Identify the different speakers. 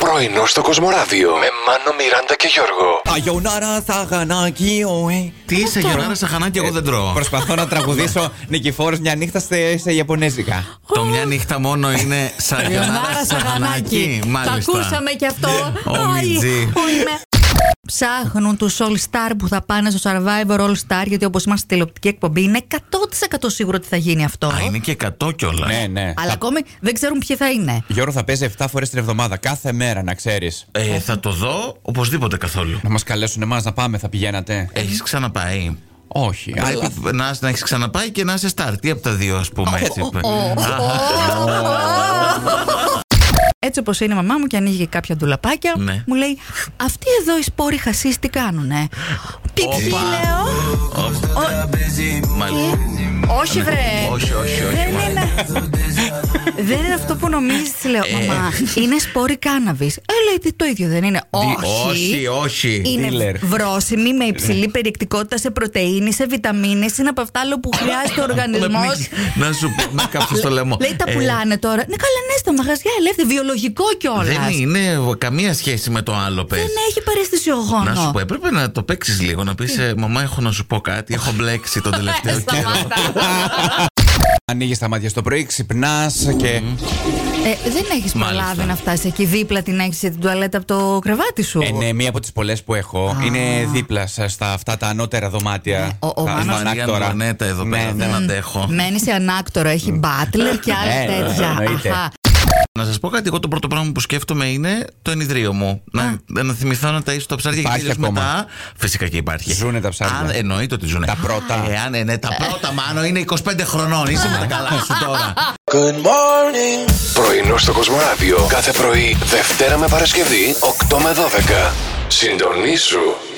Speaker 1: Πρωινό στο Κοσμοράδιο με Μάνο, Μιράντα και Γιώργο.
Speaker 2: Αγιονάρα θα γανάκι, ωε.
Speaker 3: Τι είσαι, Γιονάρα Σαχανάκη, εγώ δεν τρώω.
Speaker 2: Προσπαθώ να τραγουδήσω νικηφόρος μια νύχτα σε, σε Ιαπωνέζικα.
Speaker 3: Το μια νύχτα μόνο είναι σαν Γιονάρα
Speaker 4: Γιονάρα
Speaker 3: Σαχανάκη.
Speaker 4: Σαγανάκη. Το
Speaker 3: Μάλιστα.
Speaker 4: ακούσαμε κι αυτό.
Speaker 3: Ο
Speaker 4: Άι,
Speaker 3: Μιτζή.
Speaker 4: Πού είμαι. Ψάχνουν τους All Star που θα πάνε στο Survivor All Star, γιατί όπως είμαστε τηλεοπτική εκπομπή, είναι 100% σίγουρο ότι θα γίνει αυτό.
Speaker 3: Α, είναι και 100 κιόλας.
Speaker 2: Ναι, ναι.
Speaker 4: Αλλά ακόμη δεν ξέρουν ποιοι θα είναι.
Speaker 2: Γιώργο θα παίζει 7 φορές την εβδομάδα, κάθε μέρα να ξέρεις.
Speaker 3: Ε, θα το δω οπωσδήποτε καθόλου.
Speaker 2: Να μας καλέσουν εμάς να πάμε, θα πηγαίνατε.
Speaker 3: Έχεις ξαναπάει.
Speaker 2: Όχι, αλλά.
Speaker 3: Πρέπει να, να έχεις ξαναπάει και να είσαι στάρ. Τι από τα δύο, ας πούμε. έτσι. Α,
Speaker 4: Έτσι όπως είναι η μαμά μου και ανοίγει κάποια ντουλαπάκια,
Speaker 3: Ναι.
Speaker 4: μου λέει Αυτοί εδώ οι σπόροι χασί τι κάνουνε. Πι- Ποιοι
Speaker 3: Όπα.
Speaker 4: λέω.
Speaker 3: Μάλιστα.
Speaker 4: Όχι, βρε.
Speaker 3: Όχι, όχι, όχι.
Speaker 4: Δεν είναι. δεν είναι αυτό που νομίζεις, λέω.
Speaker 3: Ε.
Speaker 4: Μαμά, είναι σπόροι κάναβης. Ε, λέει, τι το ίδιο δεν είναι.
Speaker 3: Όχι,
Speaker 4: Όχι.
Speaker 3: όχι.
Speaker 4: Είναι
Speaker 2: dealer.
Speaker 4: βρώσιμη
Speaker 3: Ναι.
Speaker 4: με υψηλή περιεκτικότητα σε πρωτενη, σε βιταμίνες. Είναι από αυτά άλλο που χρειάζεται ο οργανισμό.
Speaker 3: Να σου πω, να κάψω στο λαιμό.
Speaker 4: Λέει τα
Speaker 3: Ε,
Speaker 4: πουλάνε τώρα. Ναι, καλά, ναι, στα μαγαζιά ελεύθερα. Βιολογικό κιόλας.
Speaker 3: Δεν είναι καμία σχέση με το άλλο, πες.
Speaker 4: Δεν έχει παρεστησιογόνο.
Speaker 3: Να σου πω, έπρεπε να το παίξεις λίγο, να πεις Μαμά, έχω να σου πω κάτι. Έχω μπλέξει
Speaker 4: Ε,
Speaker 3: τον τελευταίο καιρό.
Speaker 2: Ανοίγεις τα μάτια στο πρωί, ξυπνάς και.
Speaker 4: Ε, δεν έχεις
Speaker 3: Μάλιστα.
Speaker 4: προλάβει να φτάσεις εκεί δίπλα την έχεις την τουαλέτα από το κρεβάτι σου.
Speaker 2: Ε, ναι, μία από τις πολλές που έχω είναι δίπλα σα, στα αυτά τα ανώτερα δωμάτια.
Speaker 4: ο- ο
Speaker 2: Τα-
Speaker 4: Μάνος-
Speaker 2: στον
Speaker 3: Μαρία
Speaker 2: άκτορα.
Speaker 3: Αντουανέτα εδώ
Speaker 2: Ναι,
Speaker 3: πέρα,
Speaker 2: ναι.
Speaker 3: δεν αντέχω.
Speaker 4: Μένει σε ανάκτορα, έχει μπάτλερ και άλλα
Speaker 2: Ε,
Speaker 4: τέτοια.
Speaker 2: εννοείται.
Speaker 4: Αχα.
Speaker 3: Να σας πω κάτι, εγώ το πρώτο πράγμα που σκέφτομαι είναι το ενιδρίο μου. Να, να θυμηθώ να ταΐσω τα ψάρια
Speaker 2: Υπάρχει
Speaker 3: γιατί τελείως
Speaker 2: ακόμα.
Speaker 3: μετά. Φυσικά και υπάρχει.
Speaker 2: Ζούνε τα ψάρια.
Speaker 3: Αν, εννοείται ότι ζούνε.
Speaker 2: Τα πρώτα.
Speaker 3: Ε, αν, ε, ναι, τα πρώτα, μάνο είναι 25 χρονών. Είσαι με τα καλά σου τώρα.
Speaker 1: Πρωινό στο Κοσμοράδιο κάθε πρωί, Δευτέρα με Παρασκευή, 8 με 12. Συντονίσου